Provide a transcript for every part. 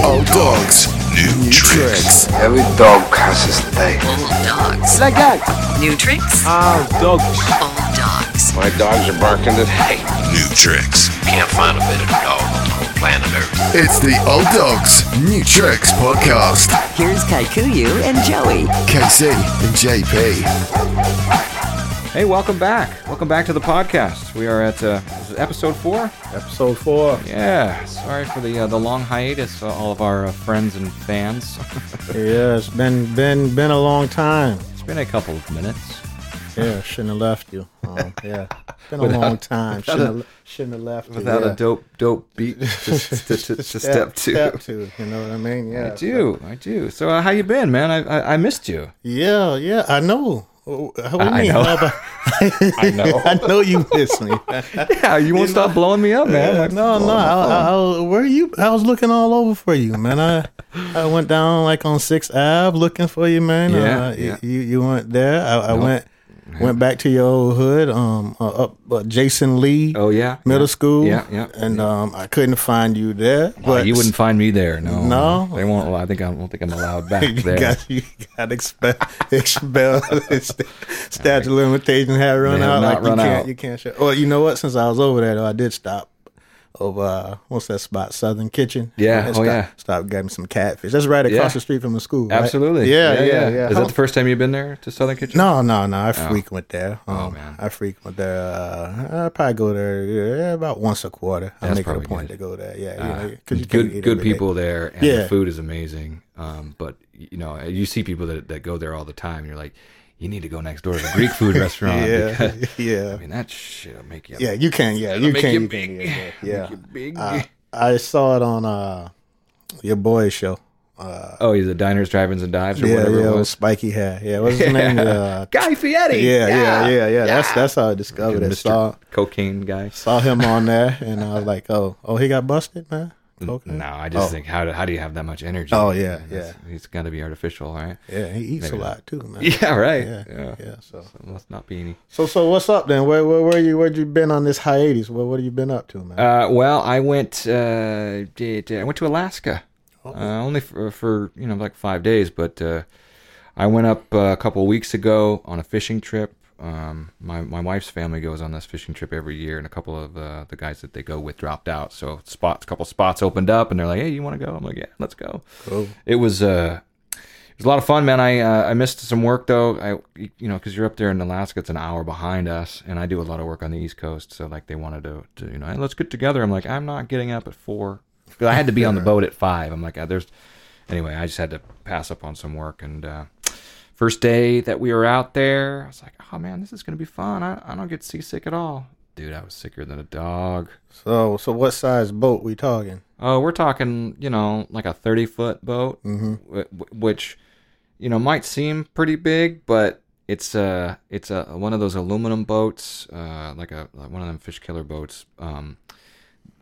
dogs, new, tricks. Every dog has his day. Old dogs. Like that. New tricks. Ah, dogs. Old dogs. My dogs are barking today. New tricks. Can't find a better dog on the whole planet Earth. It's the Old Dogs, New Tricks podcast. Here's Kaikuyu and Joey. KC and JP. Hey, welcome back. Welcome back to the podcast. We are at uh, is it episode four. Episode four. Yeah, sorry for the uh, the long hiatus, uh, all of our uh, friends and fans. Yeah, it's been been been a long time. it's been a couple of minutes. Yeah, shouldn't have left you. Um, yeah, been a long time. Shouldn't, have, shouldn't have left you. Without yeah. a dope dope beat to, to, to, to step two. Step two. You know what I mean? Yeah. I do, I do. So uh, how you been, man? I I, I missed you. Yeah, yeah. I know. Oh, What do you I mean? know. how about- I know. you miss me. Yeah, you won't stop blowing me up, man. no, Like, no. I, I, I, where you? I was looking all over for you, man. I I went down like on Sixth Ave looking for you, man. Yeah, uh, y- yeah. You you weren't there. I, I went went back to your old hood. Um, uh, up uh, Jason Lee. Oh yeah, middle yeah. school. Yeah, yeah. And um, I couldn't find you there. Oh, you wouldn't find me there. No, No? they won't. allow- I think I don't think I'm allowed back You there. got you got expelled. expelled. St- Statute of limitation had run They have out. not Like you run can't. out. You can't. Show. Well, you know what? Since I was over there, though, I did stop. Over uh, what's that spot? Southern Kitchen. Yeah, I oh, stopped, yeah. Stop. Got me some catfish. That's right across Yeah. the street from the school. right? Absolutely. Yeah, yeah, yeah. Is How- that the first time you've been there to Southern Kitchen? No, no, no. I frequent there. Um, Oh, man. I frequent there. Uh, I probably go there yeah, about once a quarter. I That's make it a probably point good. Uh, to go there. Yeah, you know, 'cause you can't good eat good every day. people there and the Yeah. food is amazing um but you know you see people that, that go there all the time and you're like you need to go next door to the greek food restaurant Yeah, because, yeah, i mean that shit'll make you yeah. Uh, You can. Yeah, you make can. you you can big. get there. Yeah, big I, I saw it on uh, your boy's show. Uh, oh he's a diners drive-ins and dives or yeah, whatever yeah, it with was spiky hair. Yeah, what's his name? Uh, guy yeah, fieri yeah, yeah, yeah, That's that's how I discovered it. Saw mr cocaine guy saw him on there, and I was like, oh, oh, he got busted, man. Okay. no i just Oh. think how do, how do you have that much energy Oh, yeah, That's- it's got to be artificial right Yeah, he eats Maybe a not. lot too, man. yeah right yeah, yeah, yeah, So, So must not be any so, so what's up then? Where, where, where you, where you been on this hiatus? What, what have you been up to, man? Uh, well, I went. Uh, did, I went to Alaska, uh, only for, for you know like five days, but uh, I went up uh, a couple weeks ago on a fishing trip. Um, my my wife's family goes on this fishing trip every year, and a couple of uh, the guys that they go with dropped out, so spots, a couple spots opened up, and they're like, "Hey, you want to go?" I'm like, "Yeah, let's go." It was uh, it was a lot of fun, man. I uh, I missed some work though. I you know because you're up there in Alaska, it's an hour behind us, and I do a lot of work on the East Coast. So like they wanted to, to you know, hey, let's get together. I'm like, I'm not getting up at four because I had to be on the boat at five. I'm like, "Ah, there's anyway. I just had to pass up on some work, and uh, first day that we were out there, I was like, oh man, this is gonna be fun. I I don't get seasick at all, dude. I was sicker than a dog. so, so what size boat we talking? Oh, we're talking, you know, like a 30 foot boat, wh- wh- which, you know, might seem pretty big, but it's a it's a one of those aluminum boats, uh, like a like one of them fish killer boats. Um,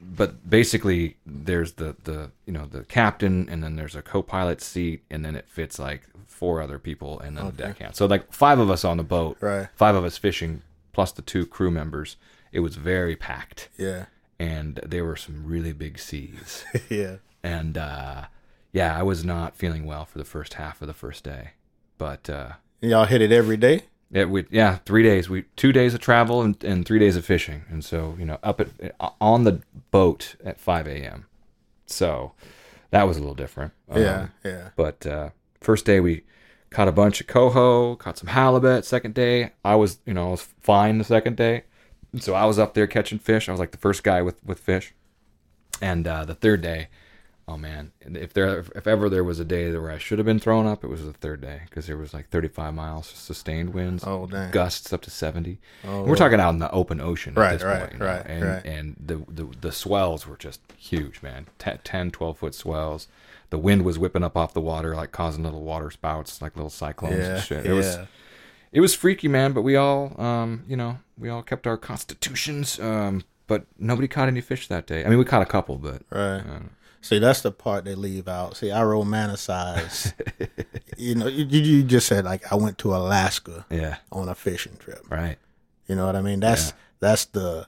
but basically, there's the the you know the captain, and then there's a co-pilot seat, and then it fits like four other people, and then the deckhand. So like five of us on the boat, Right. Five of us fishing, plus the two crew members. It was very packed Yeah, and there were some really big seas. yeah. and uh, yeah, I was not feeling well for the first half of the first day, but uh, Y'all hit it every day. it would yeah, three days. We two days of travel and, and three days of fishing, and so you know up at uh, on the boat at five a.m. So that was a little different. Um, Yeah, yeah. but uh, first day we caught a bunch of coho, caught some halibut. Second day, I was you know I was fine the second day, so I was up there catching fish. I was like the first guy with with fish, and uh, the third day, oh man, if there if ever there was a day where I should have been thrown up, it was the third day because there was like 35 miles sustained winds, Oh, dang. Oh, gusts up to 70. And we're talking out in the open ocean, Right, At this right, point, you know, right, and, right. and the, the the swells were just huge, man. Te- 10, 12 foot swells. The wind was whipping up off the water, like causing little water spouts, like little cyclones Yeah, and shit. It yeah. was it was freaky, man. But we all, um, you know, we all kept our constitutions. Um, but nobody caught any fish that day. I mean, we caught a couple, but Right. See, that's the part they leave out. See, I romanticize. you know, you, you you just said like I went to Alaska yeah, on a fishing trip. right. You know what I mean? That's that's the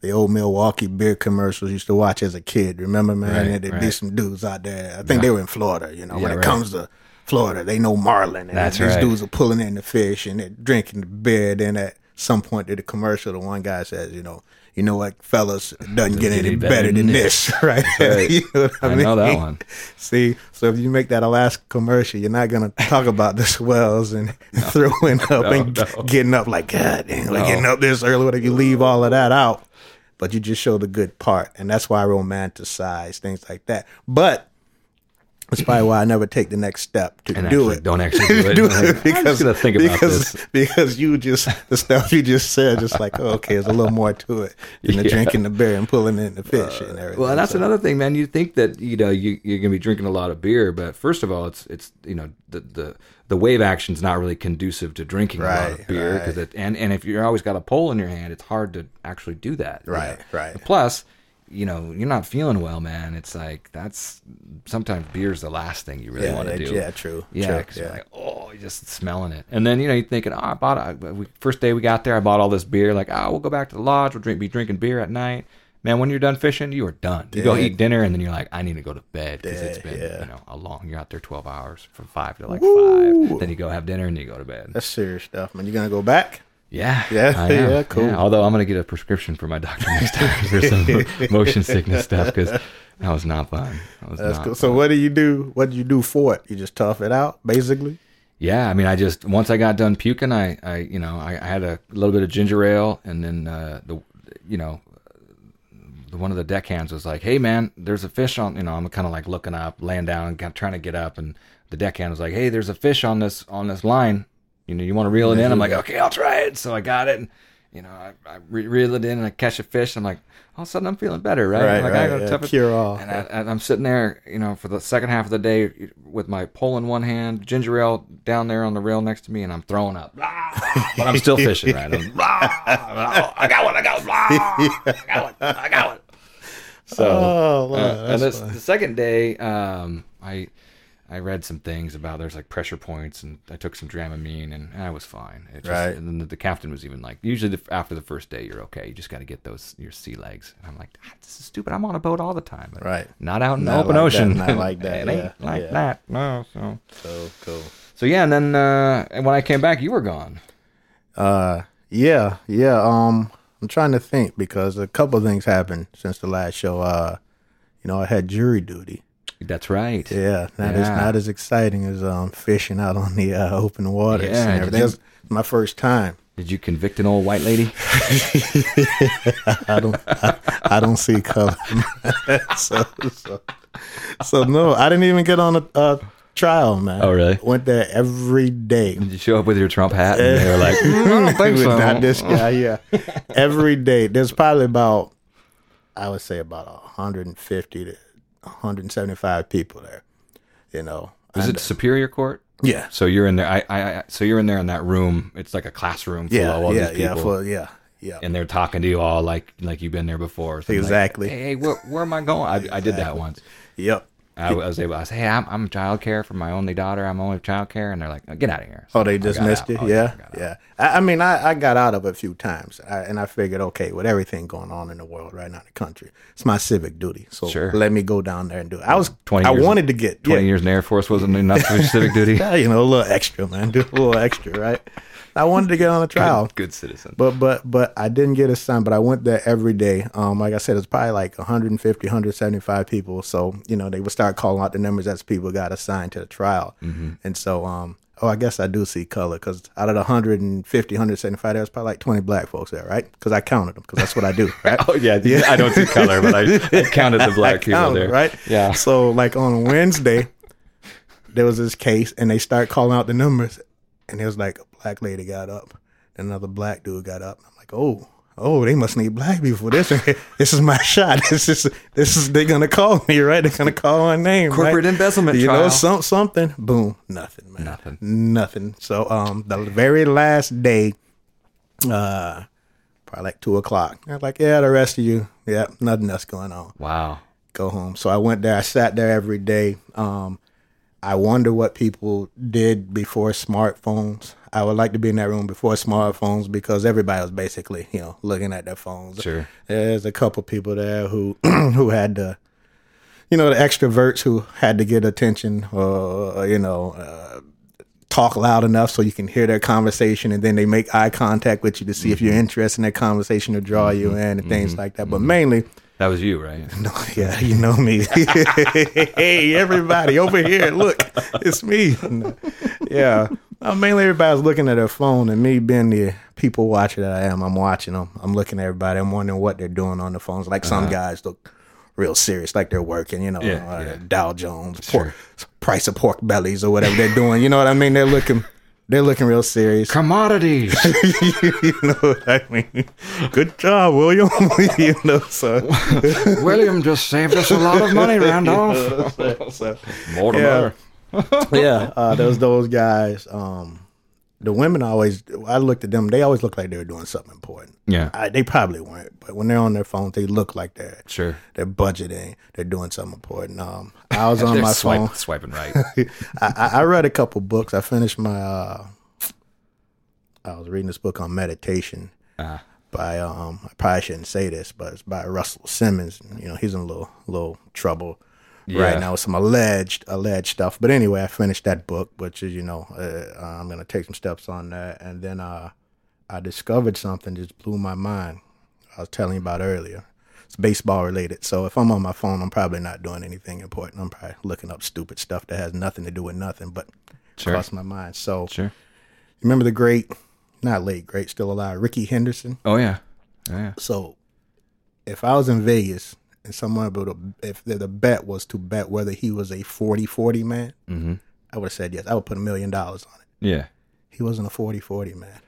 the old Milwaukee beer commercials used to watch as a kid. Remember, man, Right, and there'd be right. some dudes out there. I think they were in Florida. You know, when Yeah, it right. comes to Florida, they know marlin, and That's these right. dudes are pulling in the fish and they're drinking the beer. Then at some point in the commercial, the one guy says, "You know, you know what, fellas, it doesn't get any better than this, right?" You know what I know that one. See, so if you make that Alaska commercial, you're not gonna talk about the swells and throwing up and no. getting up like God dang, like getting up this early. What if you leave all of that out? But you just show the good part, and that's why I romanticize things like that. But that's probably why I never take the next step to And do actually it. don't actually do it. do Like, it because I'm just gonna think about because, this. because you just the stuff you just said, just like oh, okay, there's a little more to it than the Yeah. Uh, drinking the beer and pulling in the fish and everything. Well, that's So- another thing, man. You think that you know you, you're going to be drinking a lot of beer, but first of all, it's it's you know the the, the wave action's not really conducive to drinking a lot Right, of beer because it and and if you're always got a pole in your hand, it's hard to actually do that. you Right, know. right. Plus, you know, you're not feeling well, man. It's like that's sometimes beer's the last thing you really Yeah, want yeah, to do. yeah, true, Yeah, true, 'cause you're yeah. like, oh, you're just smelling it, and then you know you're thinking, oh, I bought. I, we, first day we got there, I bought all this beer. Like, oh, we'll go back to the lodge. We'll drink, be drinking beer at night. Man, when you're done fishing, you are done. You go Dead. eat dinner, and then you're like, I need to go to bed because it's Dead, been yeah. you know a long. You're out there twelve hours from five to like five. Then you go have dinner and you go to bed. That's serious stuff, man. You gonna go back? Yeah, Yeah, I am. yeah, cool. Although I'm gonna get a prescription for my doctor next time for some motion sickness stuff because that was not fun. That was That's not cool. So what do you do? What do you do for it? You just tough it out, basically. Yeah, I mean, I just once I got done puking, I, I you know, I, I had a little bit of ginger ale, and then uh, the, you know, the, one of the deckhands was like, "Hey, man, there's a fish on." You know, I'm kind of like looking up, laying down, kind of trying to get up, and the deckhand was like, "Hey, there's a fish on this on this line. You know, you want to reel it in?" I'm like, "Okay, I'll try it." So I got it. And, you know, I, I re- reel it in and I catch a fish. I'm like, all of a sudden I'm feeling better, right? Right, like, right, I gotta yeah, tough it- cure all. And I, and I'm sitting there, you know, for the second half of the day with my pole in one hand, ginger ale down there on the rail next to me, and I'm throwing up. but I'm still fishing, right? I'm, "Oh, I got one, I got one, I got one, I got one. So, Oh, wow, uh, and that's this, the second day, um, I I read some things about there's like pressure points, and I took some Dramamine, and I was fine. It just, Right. And then the, the captain was even like, usually the, after the first day, you're okay. You just got to get those your sea legs. And I'm like, "Ah, this is stupid. I'm on a boat all the time, But Right. Not out in the Not open like ocean. that, not like that, it ain't yeah, like yeah. that. No. So. So cool. So yeah, and then uh, and when I came back, you were gone. Uh, yeah, yeah. Um, I'm trying to think because a couple of things happened since the last show. Uh, you know, I had jury duty. That's right. Yeah, not as Yeah. not as exciting as um fishing out on the uh, open waters Yeah, and did everything. you- That's my first time. Did you convict an old white lady? I don't I, I don't see color. so, so, so no, I didn't even get on a, a trial, man. Oh, really? Mm-hmm. Went there every day. Did you show up with your Trump hat? And they were like, "Mm, I don't think With so. Not this guy, yeah. every day, there's probably about I would say about 150 to 175 people there. You know, Is it Superior Court? yeah, So you're in there. I, I, I so you're in there in that room. It's like a classroom full yeah, of all yeah, these yeah, people, for, yeah, yeah. and they're talking to you all like like you've been there before. or something like, Exactly. hey, hey, where, where am I going? I, I did that once. Yep. I was able. I said, hey, I'm I'm childcare for my only daughter. I'm only childcare, and they're like, get out of here. So Oh, I they got dismissed out. it. Oh, yeah, I got out. yeah. I, I mean, I, I got out of it a few times, I, and I figured, okay, with everything going on in the world right now in the country, it's my civic duty. So Sure. let me go down there and do it. I was 20 twenty. I years- wanted to get Twenty yeah, years in the Air Force wasn't enough for civic duty. yeah, you know, a little extra, man. Do a little extra, right? I wanted to get on a trial. Good citizen. But but but I didn't get a sign, but I went there every day. Um, like I said, it's probably like 150, 175 people. So you know they would start calling out the numbers as people got assigned to the trial. And so um, oh, I guess I do see color because out of the 150, 175, there's probably like 20 black folks there, right? Because I counted them because that's what I do, right? oh yeah, yeah. I don't see color, but I, I counted the black people count, there. Oh, right? Yeah. So like on Wednesday, there was this case, and they start calling out the numbers, and it was like a black lady got up, and another black dude got up. I'm like, oh. Oh, they must need black people for this. this is my shot. This is this is they're gonna call me, right? They're gonna call my name. Corporate right? embezzlement You know, trial. some something. Boom, nothing, man. Nothing. nothing. So, um, the very last day, uh, probably like two o'clock. I'm like, yeah, the rest of you, yeah, nothing else going on Wow. go home. So I went there. I sat there every day. Um, I wonder what people did before smartphones. I would like to be in that room before smartphones because everybody was basically, you know, looking at their phones. Sure. There's a couple people there who who had the you know, the extroverts who had to get attention or you know, uh, talk loud enough so you can hear their conversation and then they make eye contact with you to see if you're interested in their conversation to draw you in and things like that. But mainly That was you, right? no, yeah, you know me. hey, everybody over here, look, it's me. Yeah, uh, mainly everybody's looking at their phone, and me being the people watcher that I am, I'm watching them. I'm looking at everybody. I'm wondering what they're doing on the phones. Like some guys look real serious, like they're working. You know, Uh-huh. Yeah, uh, yeah. Dow Jones, pork, price of pork bellies, or whatever they're doing. You know what I mean? They're looking. They're looking real serious. Commodities. you know what I mean? Good job, William. you know, so William just saved us a lot of money, Randolph. Mortimer. Yeah. yeah, uh, those those guys. Um, the women always. I looked at them. They always looked like they were doing something important. Yeah. I, they probably weren't, but when they're on their phones, they look like they're Sure. they're budgeting. They're doing something important. Um, I was on Just my swipe- phone. swiping right. I, I I read a couple books. I finished my. Uh, I was reading this book on meditation by um. I probably shouldn't say this, but it's by Russell Simmons. You know, he's in a little little trouble Yeah. right now with some alleged alleged stuff. But anyway, I finished that book, which is you know uh, I'm gonna take some steps on that, and then uh, I discovered something that just blew my mind. I was telling you about earlier. It's baseball related. So if I'm on my phone, I'm probably not doing anything important. I'm probably looking up stupid stuff that has nothing to do with nothing, but Sure. crossed my mind. So Sure. remember the great, not late, great, still alive, Ricky Henderson. Oh yeah. Oh, yeah. So if I was in Vegas and someone would if the, the bet was to bet whether he was a 40-40 man, Mm-hmm. I would have said yes. I would put a million dollars on it. Yeah. He wasn't a 40-40 man.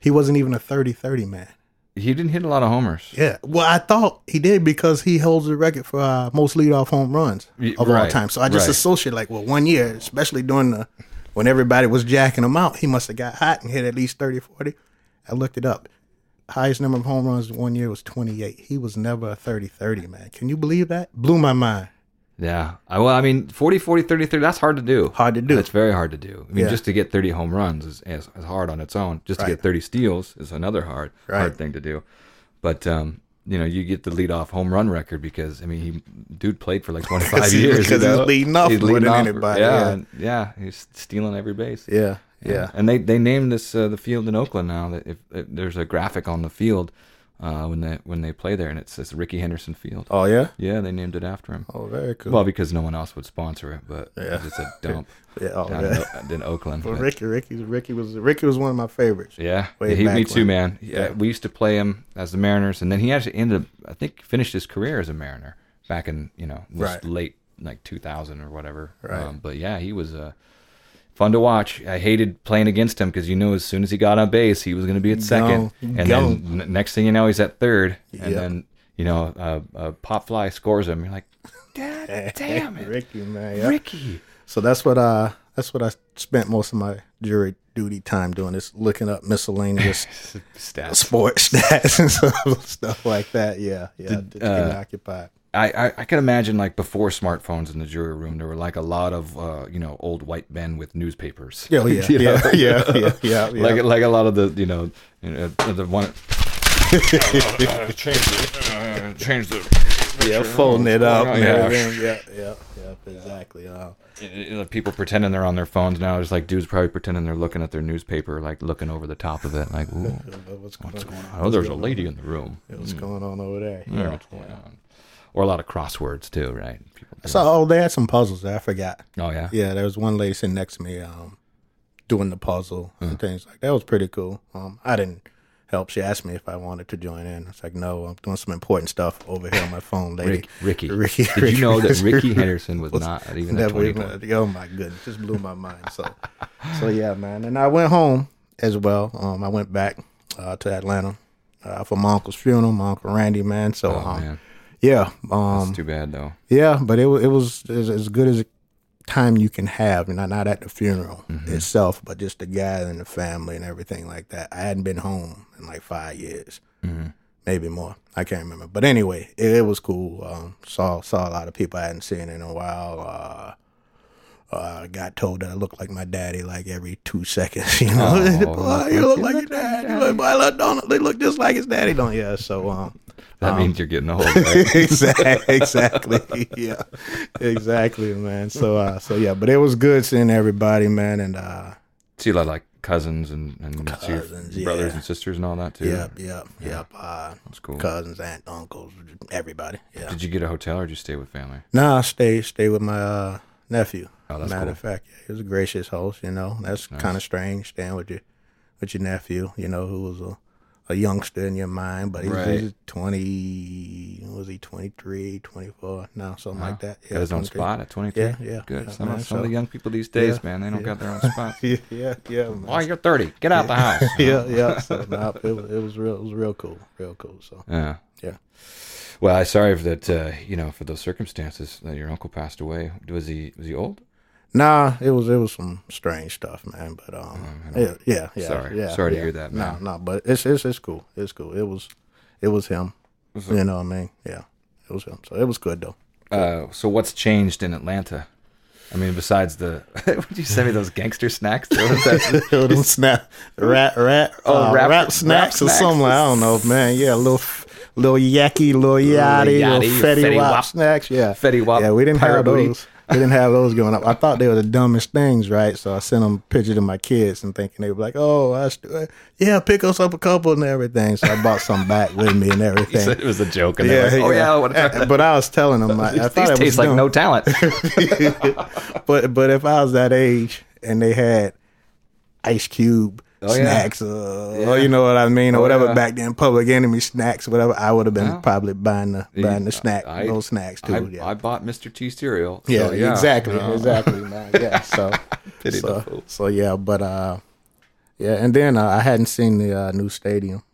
He wasn't even a 30-30 man. He didn't hit a lot of homers. Yeah. Well, I thought he did because he holds the record for uh, most leadoff home runs Y- of all right, time. So I just right. associate like, well, one year, especially during the when everybody was jacking him out, he must have got hot and hit at least 30, 40. I looked it up. Highest number of home runs one year was 28. He was never a 30 30, man. Can you believe that? Blew my mind. Yeah. I, well, I mean, 40, 40, 30, 30, that's hard to do. Hard to do. That's very hard to do. I mean, Yeah. just to get 30 home runs is, is, is hard on its own. Just to Right. get 30 steals is another hard, Right. hard thing to do. But, um, you know, you get the leadoff home run record because I mean, he dude played for like twenty five years Because you he's know? leading off more than anybody, yeah. Yeah, and- yeah, he's stealing every base. Yeah. And they, they named this uh, the field in Oakland now. That if, if there's a graphic on the field uh, when they when they play there, and it says Ricky Henderson Field. Oh, yeah? Yeah, they named it after him. Oh, very cool. Well, because no one else would sponsor it, but it's a dump yeah. Oh, down yeah. in, O- in Oakland. Well, But- Ricky, Ricky, Ricky was Ricky was one of my favorites. yeah, Way he, back me too, when. man. Yeah, we used to play him as the Mariners, and then he actually ended up, I think, finished his career as a Mariner back in you know this Right. late like 2000 or whatever. Um, Right. but yeah, he was uh, fun to watch. I hated playing against him because you knew as soon as he got on base, he was going to be at second, Gone. and then n- next thing you know, he's at third, and Yep. then you know uh, a pop fly scores him. You're like, Dad, damn it, Ricky, man. yeah. Ricky. So that's what uh that's what I spent most of my jury duty time doing is looking up miscellaneous Stats. sports stats and stuff, stuff like that. Yeah, yeah, to get uh, occupied. I, I, I can imagine like before smartphones in the jury room, there were like a lot of uh, you know old white men with newspapers. Yeah, oh, yeah, You know? yeah, yeah, yeah, yeah, yeah. Like like a lot of the you know, you know the one yeah, folding it up. Oh, and yeah. everything. yeah, yeah, yeah, exactly. Uh, you know, people pretending they're on their phones now. It's like dudes probably pretending they're looking at their newspaper, like looking over the top of it, like ooh, what's going, what's going on? oh, there's a lady in the room. What's going on over there? Yeah. Hmm. Yeah, what's going on? Or a lot of crosswords too, right? People- So, oh, they had some puzzles that I forgot. oh yeah, Yeah, there was one lady sitting next to me, um, doing the puzzle Hmm. and things like that. That was pretty cool. Um, I didn't help. She asked me if I wanted to join in. I was like, no, I'm doing some important stuff over here on my phone, lady. Rick, Ricky. Ricky, Did you know that Ricky Henderson was not even at Never 20 even- oh my goodness, just blew my mind. So, so yeah, man. And I went home as well. Um, I went back uh, to Atlanta uh, for my uncle's funeral, my uncle Randy, man. So, um, Oh, man. yeah, um, It's too bad though. yeah, but it wa- it was as, as good as a time you can have, not not at the funeral itself, but just the guy and the family and everything like that. I hadn't been home in like five years, maybe more. I can't remember, but anyway, it, it was cool. Um, saw saw a lot of people I hadn't seen in a while. Uh, Uh, I got told that I look like my daddy like every two seconds. You know, Oh, Boy, you look like your dad. You look, boy, look, Donald, they look just like his daddy. Don't yeah. So um, That means you're getting old. Right? exactly, exactly, yeah, exactly, man. So uh, so yeah, but it was good seeing everybody, man, and uh, see, like, like cousins and, and see your Cousins, yeah. brothers and sisters and all that, too. yep, yep, yep. Uh, That's cool. Cousins, aunt, uncles, everybody. Yeah. Did you get a hotel or did you stay with family? No, I stay stay with my uh, nephew. Oh, that's Matter cool. of fact, yeah, he was a gracious host. You know, that's kind of strange staying with your with your nephew. You know, who was a, a youngster in your mind, but he's, Right. he's twenty. Was he 23, 24? No, something like that. got his own 23. spot at 23. Yeah, yeah. Good. Yeah, some, man, some of the so- young people these days, yeah, man, they don't yeah. got their own spot. Yeah, yeah, yeah. man. oh, you're 30. Get out the house. yeah, yeah. So, no, it, was, it was real. It was real cool. Real cool. So Yeah. yeah. Well, I sorry for that. Uh, you know, for those circumstances that your uncle passed away. Was he was he old? Nah, it was it was some strange stuff, man. But um, yeah, yeah, yeah. Sorry. yeah, Sorry to yeah. hear that, man. No, no, but it's it's it's cool. It's cool. It was, it was him. you know what I mean? Yeah, it was him. So it was good though. Uh, so what's changed in Atlanta? I mean, besides the would you send me those gangster snacks? What is that? Them snap, rat, rat, Oh, uh, rap- rap, rap snaps or snacks. something. I don't know, man. Yeah, little, f- little yaki, little yachty, yachty, little fetty, Fetty wap Wap. snacks. Yeah, Fetty Wap, Yeah, we didn't Pirate have Booty. those. We didn't have those growing up. I thought they were the dumbest things, right? So I sent them pictures to my kids and thinking they were like, "Oh, I st- yeah, pick us up a couple and everything." So I bought some back with me and He said everything. it was a joke, and yeah, like, oh yeah, I wanna try Uh, that. but I was telling them, I, I these, thought it these taste was like dumb no talent. but but if I was that age and they had Ice Cube Oh, yeah. snacks, uh, or you know what I mean, or Oh, whatever yeah. back then, Public Enemy snacks, whatever, I would have been Yeah. probably buying the buying the snack I- those snacks too. I, yeah. I bought Mr. T cereal. so yeah, exactly, you know. exactly, man. Yeah, so Pity the so, fool. so yeah, but uh, yeah, and then uh, I hadn't seen the uh, new stadium,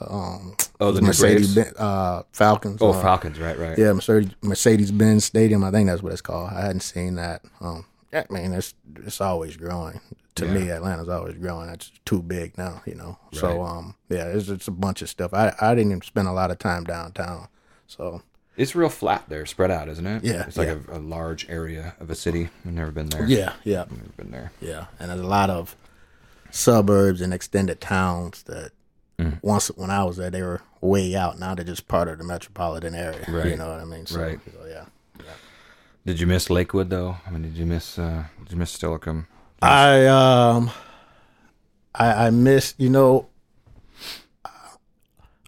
Oh, the new Mercedes Braves? ben- uh, Falcons. Oh, uh, Falcons, right, right. Yeah, Mercedes Mercedes Benz Stadium. I think that's what it's called. I hadn't seen that. Um, I mean, it's it's always growing. To me, Atlanta's always growing. It's too big now, you know. So Right. um, yeah, it's it's a bunch of stuff. I I didn't even spend a lot of time downtown. So It's real flat there, spread out, isn't it? Yeah, It's like yeah. a, a large area of a city. I've never been there. yeah, yeah, Never been there. yeah. And there's a lot of suburbs and extended towns that once when I was there, they were way out. Now they're just part of the metropolitan area. You Right. know what I mean? So, Right. so, yeah. Did you miss Lakewood though? I mean, did you miss uh, did you miss Stillicum? I um, I I miss you know.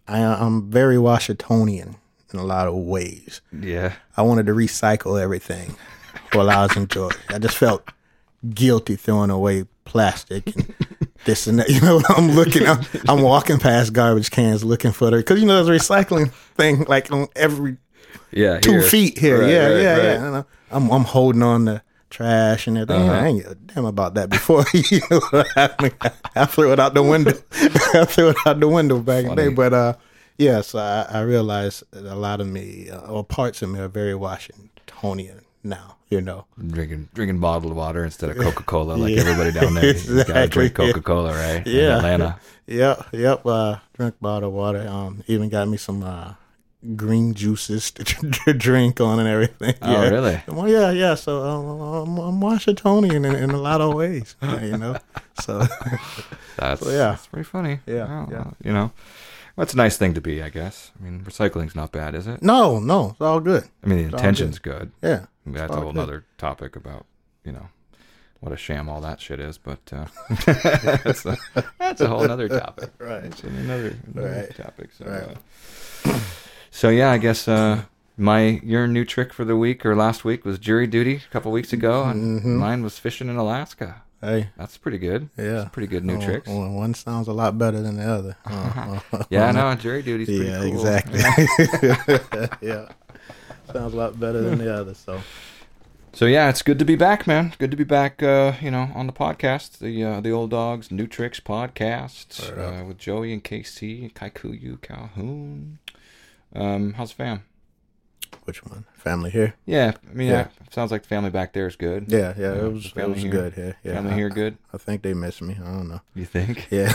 I I'm very Washingtonian in a lot of ways. Yeah. I wanted to recycle everything while I was in Georgia. I just felt guilty throwing away plastic and this and that. You know, I'm looking, I'm, I'm walking past garbage cans looking for the because you know there's a recycling thing like on every Yeah. two here. feet here. Right, yeah, right, yeah, right. Uh-huh. yeah. And I- I'm I'm holding on to trash and everything. I ain't give a damn about that before. you know what I, mean? I threw it out the window. I threw it out the window back in the day. Funny. But uh, yeah, so I, I realized that a lot of me uh, or parts of me are very Washingtonian now. You know, Drinking drinking bottled water instead of Coca Cola, like everybody down there. You gotta Exactly, drink yeah. Coca Cola, right? In Yeah. Atlanta. Yep, yep. Uh, drink bottled water. Um, even got me some uh, green juices to drink on and everything. Oh, yeah. really? Well, yeah, yeah. So um, I'm, I'm Washingtonian in, in a lot of ways, you know. So That's yeah. that's pretty funny. Yeah, Wow, yeah. You know. Well, it's a nice thing to be, I guess. I mean, recycling's not bad, is it? no, no, it's all good. I mean, the all intention's good. Yeah, That's all a whole good. nother topic about, you know, what a sham all that shit is. But uh, that's, a, that's a whole nother topic. Right. That's another, another Right. topic. So, Right. uh, so yeah, I guess uh, my your new trick for the week or last week was jury duty a couple weeks ago, and mine was fishing in Alaska. Hey, That's pretty good. Mm-hmm. yeah. That's pretty good new Oh, tricks. oh, one sounds a lot better than the other. Uh, uh, Yeah, no, jury duty's pretty yeah, cool. exactly. yeah, sounds a lot better than the other. So So yeah, it's good to be back, man. It's good to be back. Uh, you know, on the podcast, the uh, the old dogs, new tricks podcast uh, with Joey and KC, Kaikuyu, Calhoun. Um, how's fam? which one? Family here. Yeah, I mean, yeah. Yeah. sounds like the family back there is good. Yeah, yeah, it was, it family was here. good here. Yeah, family I- here good. I think they miss me. I don't know. You think? Yeah,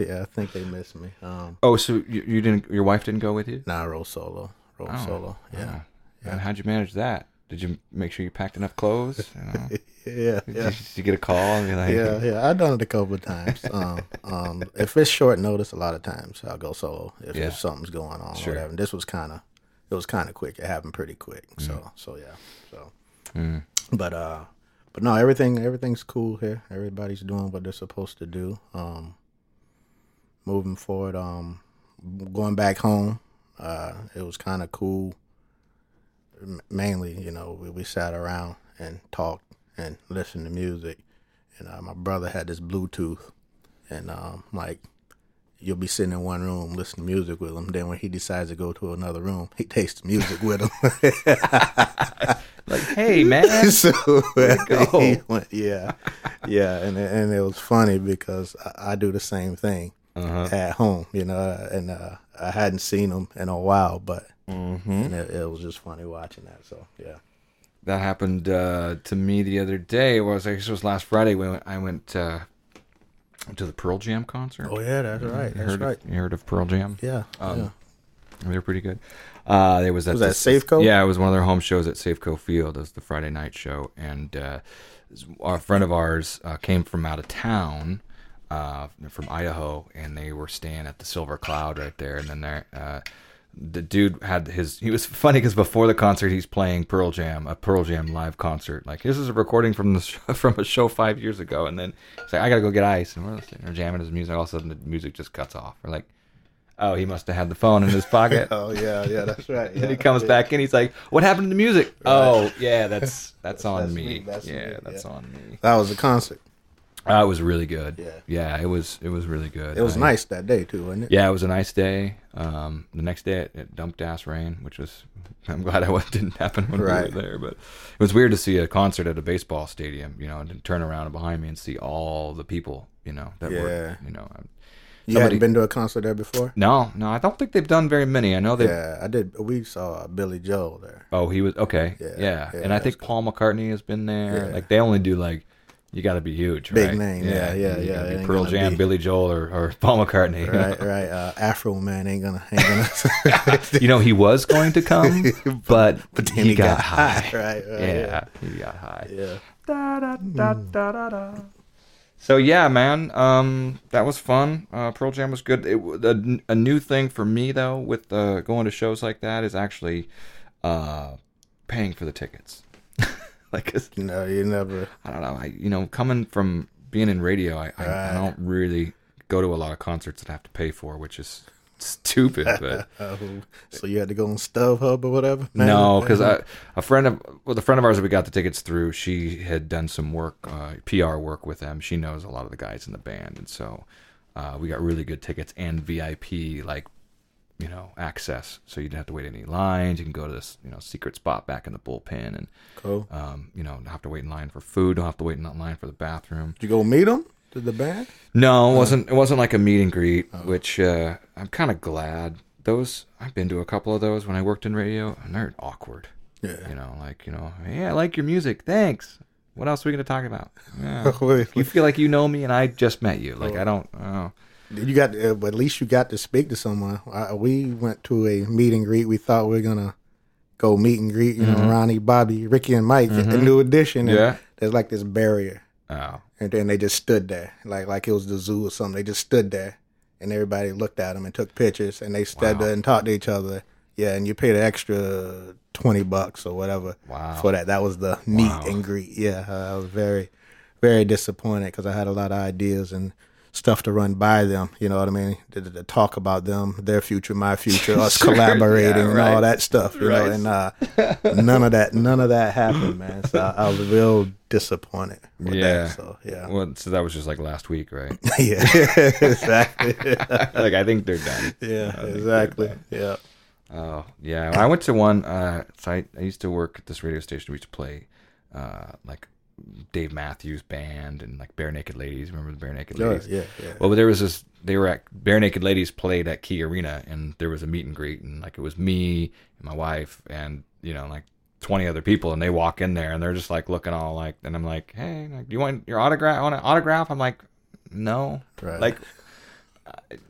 yeah, I think they miss me. Um, Oh, so you, you didn't? Your wife didn't go with you? nah, I roll solo, roll Oh. solo. Yeah, And how'd you manage that? Did you make sure you packed enough clothes? You know? Yeah, yeah. Did you get a call and be like, Yeah, yeah, I've done it a couple of times. Um, um, if it's short notice, a lot of times I'll go solo if, Yeah. if something's going on Sure. or whatever. And this was kind of, it was kind of quick. It happened pretty quick. So, so yeah. So, but uh, but no, everything everything's cool here. Everybody's doing what they're supposed to do. Um, moving forward, um, going back home, uh, it was kind of cool. M- Mainly, you know, we, we sat around and talked and listened to music. And uh, my brother had this Bluetooth, and um, like you'll be sitting in one room listening to music with him. Then when he decides to go to another room, he takes the music with him. like, hey man, so go. he went, yeah, yeah, and it- and it was funny because I, I do the same thing Uh-huh. at home, you know, and uh, I hadn't seen him in a while, but Mm-hmm. and it, it was just funny watching that. So yeah, that happened uh, to me the other day. Well, it was I guess it was last Friday when I went uh, to the Pearl Jam concert. oh yeah, that's right, You that's heard right, Of, you heard of Pearl Jam? yeah, Um, yeah. They were pretty good. Uh, there was that. Was that Safeco? Yeah, it was one of their home shows at Safeco Field. It was the Friday night show, and uh, a friend of ours uh, came from out of town, uh, from Idaho, and they were staying at the Silver Cloud right there. And then there, uh, the dude had his. He was funny because before the concert, he's playing Pearl Jam, a Pearl Jam live concert. Like this is a recording from the show, from a show five years ago, and then he's like, "I gotta go get ice," and we're sitting there jamming his music. All of a sudden, the music just cuts off. We're like. Oh, he must have had the phone in his pocket. Oh yeah, yeah, that's right. Then yeah. he comes Yeah. back in. He's like, "What happened to the music?" Oh, yeah, that's that's on that's me. me, that's yeah, me, that's yeah. on me. That was a concert. Uh, it was really good. Yeah. yeah, it was it was really good. It was I- nice that day too, wasn't it? Yeah, it was a nice day. Um, the next day it, it dumped ass rain, which was I'm glad I was, didn't happen when we Right. were there. But it was weird to see a concert at a baseball stadium, you know, and to turn around behind me and see all the people, you know, that were, Yeah. you know. I'm- You Somebody- hadn't been to a concert there before. No, no, I don't think they've done very many. I know they've Yeah, I did. We saw Billy Joel there. Oh, he was okay. Yeah, Yeah, yeah, and I think Paul McCartney has been there. Yeah. Like they only do like you got to be huge, Big right? name, yeah, yeah, you yeah, gotta it be ain't Pearl gonna Jam, be- Billy Joel, or, or Paul McCartney. you know? Right, right. Uh, Afro man ain't gonna, ain't gonna You know he was going to come, but but then he, he got, got high. high, right, right, yeah, he got high. Oh, Yeah. Da, da, da, da, da, da. So yeah, man, um, that was fun. Uh, Pearl Jam was good. It, w- a, a new thing for me though, with uh, going to shows like that, is actually uh, paying for the tickets. like, 'cause No, you never. I don't know. I you know coming from being in radio, I, I, I don't really go to a lot of concerts that I have to pay for, which is stupid. But uh, So you had to go on StubHub or whatever. man? no, because I a friend of well, the friend of ours that we got the tickets through, she had done some work, uh, PR work with them. She knows a lot of the guys in the band, and so uh, we got really good tickets and VIP like you know access. So you didn't have to wait any lines. You can go to this you know secret spot back in the bullpen and. Cool. Um, you know, don't have to wait in line for food. Don't have to wait in line for the bathroom. Did you go meet him? Did the band? No, it wasn't. It wasn't like a meet and greet, which uh, I'm kind of glad. Those I've been to a couple of those when I worked in radio, and they're awkward. Yeah. You know, like you know, hey, I like your music. Thanks. What else are we gonna talk about? Yeah. Wait, you feel like you know me, and I just met you. Like I don't. Oh. You got. Uh, but at least you got to speak to someone. I, we went to a meet and greet. We thought we were gonna go meet and greet. You know, Ronnie, Bobby, Ricky, and Mike, a new addition. and Mm-hmm. Yeah. There's like this barrier, Oh. and then they just stood there, like like it was the zoo or something. They just stood there, and everybody looked at them and took pictures, and they stood Wow. there and talked to each other. Yeah, and you paid an extra twenty bucks or whatever Wow. for that. That was the meet Wow. and greet. Yeah, uh, I was very, very disappointed because I had a lot of ideas and stuff to run by them. You know what I mean? To, to- to talk about them, their future, my future, us collaborating, Yeah, and right. all that stuff. You Right. know, and uh, none of that, none of that happened, man. So I, I was real disappointed. With Yeah. That, so yeah. Well, so that was just like last week, right? yeah. exactly. like I think they're done. Yeah. Exactly. Yeah. Oh yeah, I went to one. Uh, so I, I used to work at this radio station. We used to play uh, like Dave Matthews Band and like Bare Naked Ladies. Remember the Bare Naked Yeah, Ladies? Oh, yeah, yeah. Well, there was this. They were at Bare Naked Ladies played at Key Arena, and there was a meet and greet, and like it was me and my wife, and you know like. 20 other people and they walk in there and they're just like looking all like and I'm like hey like do you want your autograph want an autograph I'm like no Right. like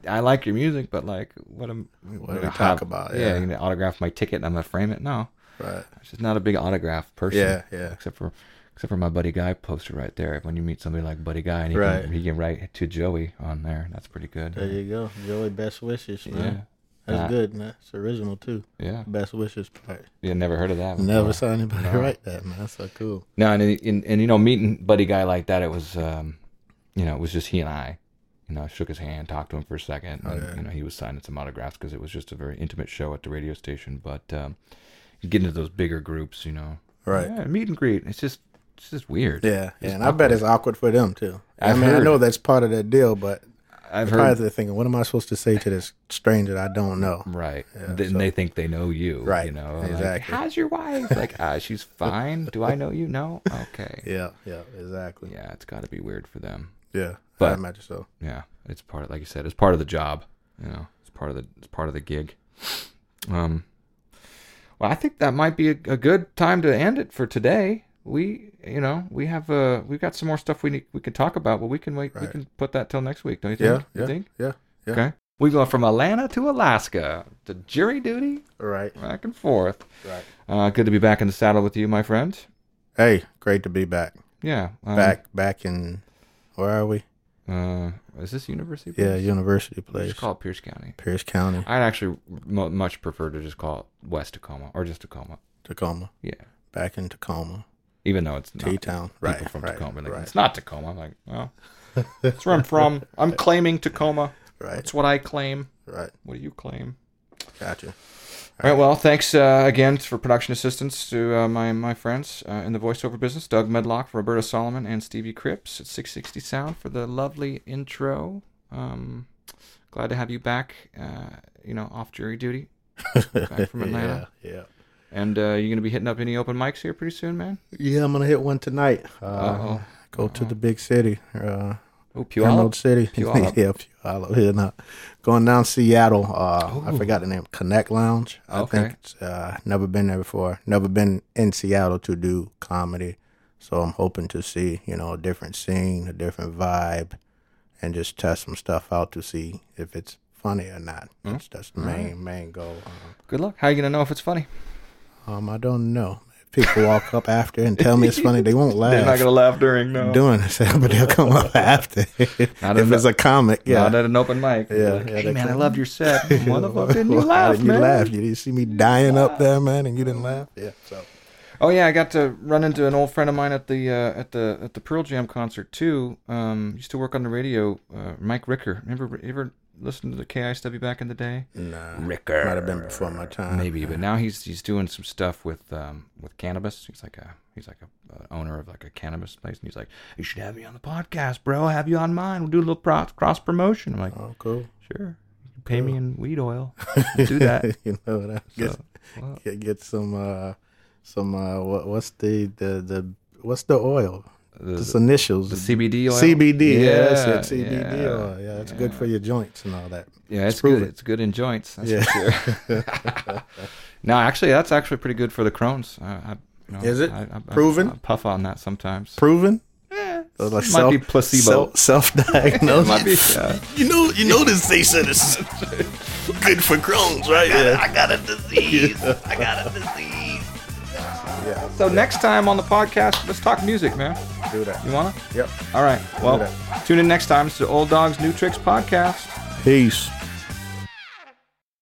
I like your music, but like, what am do we talk about? Yeah, Yeah. you gonna autograph my ticket and I'm gonna frame it. No, Right. I'm just not a big autograph person. Yeah, yeah. Except for except for my buddy guy poster right there. When you meet somebody like Buddy Guy, and he, Right. can, he can write to Joey on there. That's pretty good. There you go. Joey, best wishes, yeah. man. That's good, man. It's original too. Yeah. Best wishes part. Yeah, never heard of that. Never before. saw anybody write that, man. That's so cool. No, and, and and you know, meeting buddy guy like that, it was, um, you know, it was just he and I. You know, I shook his hand, talked to him for a second, and then, you know, he was signing some autographs because it was just a very intimate show at the radio station. But um, you get into those bigger groups, you know, Right. Yeah, meet and greet. It's just, it's just weird. Yeah, yeah, and I bet it's awkward for them too. i I've mean, I heard. know that's part of that deal, but I've probably heard they're thinking, what am I supposed to say to this stranger I don't know? right. then they think they know you, Right, You know, like, exactly. how's your wife? like, ah, she's fine. Do I know you? No. Okay. Yeah, Yeah, yeah, exactly. Yeah, it's got to be weird for them. but But- I imagine so. yeah, it's part of, like you said, it's part of the job. You know, it's part of the it's part of the gig. Um, well, I think that might be a, a good time to end it for today. We, you know, we have uh, we've got some more stuff we need, we can talk about, but we can wait. We Right. can put that till next week, don't you Yeah, think? yeah, You think? yeah, yeah. Okay. We go from Atlanta to Alaska to jury duty, Right. back and forth. Right. Uh, good to be back in the saddle with you, my friend. Hey, great to be back. Yeah. um, Back, back in where are we? Uh, is this University? Yeah, Place? University It's Place, called Pierce County. Pierce County, I'd actually mo much prefer to just call it West Tacoma or just Tacoma. Tacoma. Yeah. Back in Tacoma, Even though it's not T Town. people Right, from right, Tacoma. Like, right. It's not Tacoma. I'm like, well, that's where I'm from. I'm claiming Tacoma. right, That's what I claim. right. What do you claim? Gotcha. All right. Well, thanks uh, again for production assistance to uh, my my friends uh, in the voiceover business, Doug Medlock, Roberta Solomon, and Stevie Cripps at 660 Sound for the lovely intro. Um, glad to have you back. Uh, you know, off jury duty, back from Atlanta. Yeah, yeah. And uh, you gonna be hitting up any open mics here pretty soon, man? Yeah, I'm gonna hit one tonight. Uh, Uh-oh. Uh-huh. go to the big city. Uh, Oh, Emerald City. Puyallup. yeah, Puyallup. Yeah, no. Going down Seattle. Uh, I forgot the name. Connect Lounge. I Okay. think it's, uh, never been there before. Never been in Seattle to do comedy. So I'm hoping to see, you know, a different scene, a different vibe, and just test some stuff out to see if it's funny or not. Mm. That's, that's the main, main goal. Good luck. How are you gonna know if it's funny? Um, um, I don't know. If people walk up after and tell me it's funny, they won't laugh. They're not gonna laugh during no. Oh, doing this, but they'll come up after. if Not enough. it's a comic, yeah. Not at an open mic. Yeah, Like, yeah, hey they man, I come- loved your set. Motherfucker, didn't you Why laugh, didn't man? You laugh. You didn't see me dying up there, man, and you didn't laugh. Yeah. So Oh yeah, I got to run into an old friend of mine at the uh, at the at the Pearl Jam concert too. Um, used to work on the radio. Uh, Mike Ricker. Remember you ever listen to the KISW back in the day? nah, Ricker. might have been before my time. Maybe, but now he's he's doing some stuff with um with cannabis. He's like a he's like a, uh owner of like a cannabis place, and he's like, you should have me on the podcast, bro. I'll have you on mine. We'll do a little pro- cross promotion. I'm like, Oh, cool. sure. You can pay me in weed oil. do that. you know what I guess? So, well, Get, get some, uh, some. Uh, what, what's the the the what's the oil? Just initials. the CBD oil. CBD, yeah, that's it, Yeah, CBD yeah, oil. Yeah, it's good for your joints and all that. Yeah, it's prove good. it. It's good in joints. That's for sure. no, actually, that's actually pretty good for the Crohn's. I, I, you know, Is it? I, I- I- Proven? I puff on that sometimes. Proven? Yeah, might be placebo. Self diagnosed. Might be, yeah. You know, you know this. They said it's good for Crohn's, right? Yeah. I got a disease. I got a disease. So next time on the podcast, let's talk music, man. Do that. You wanna? Yep. All right. Do Well, tune in next time to the Old Dogs New Tricks podcast. Peace.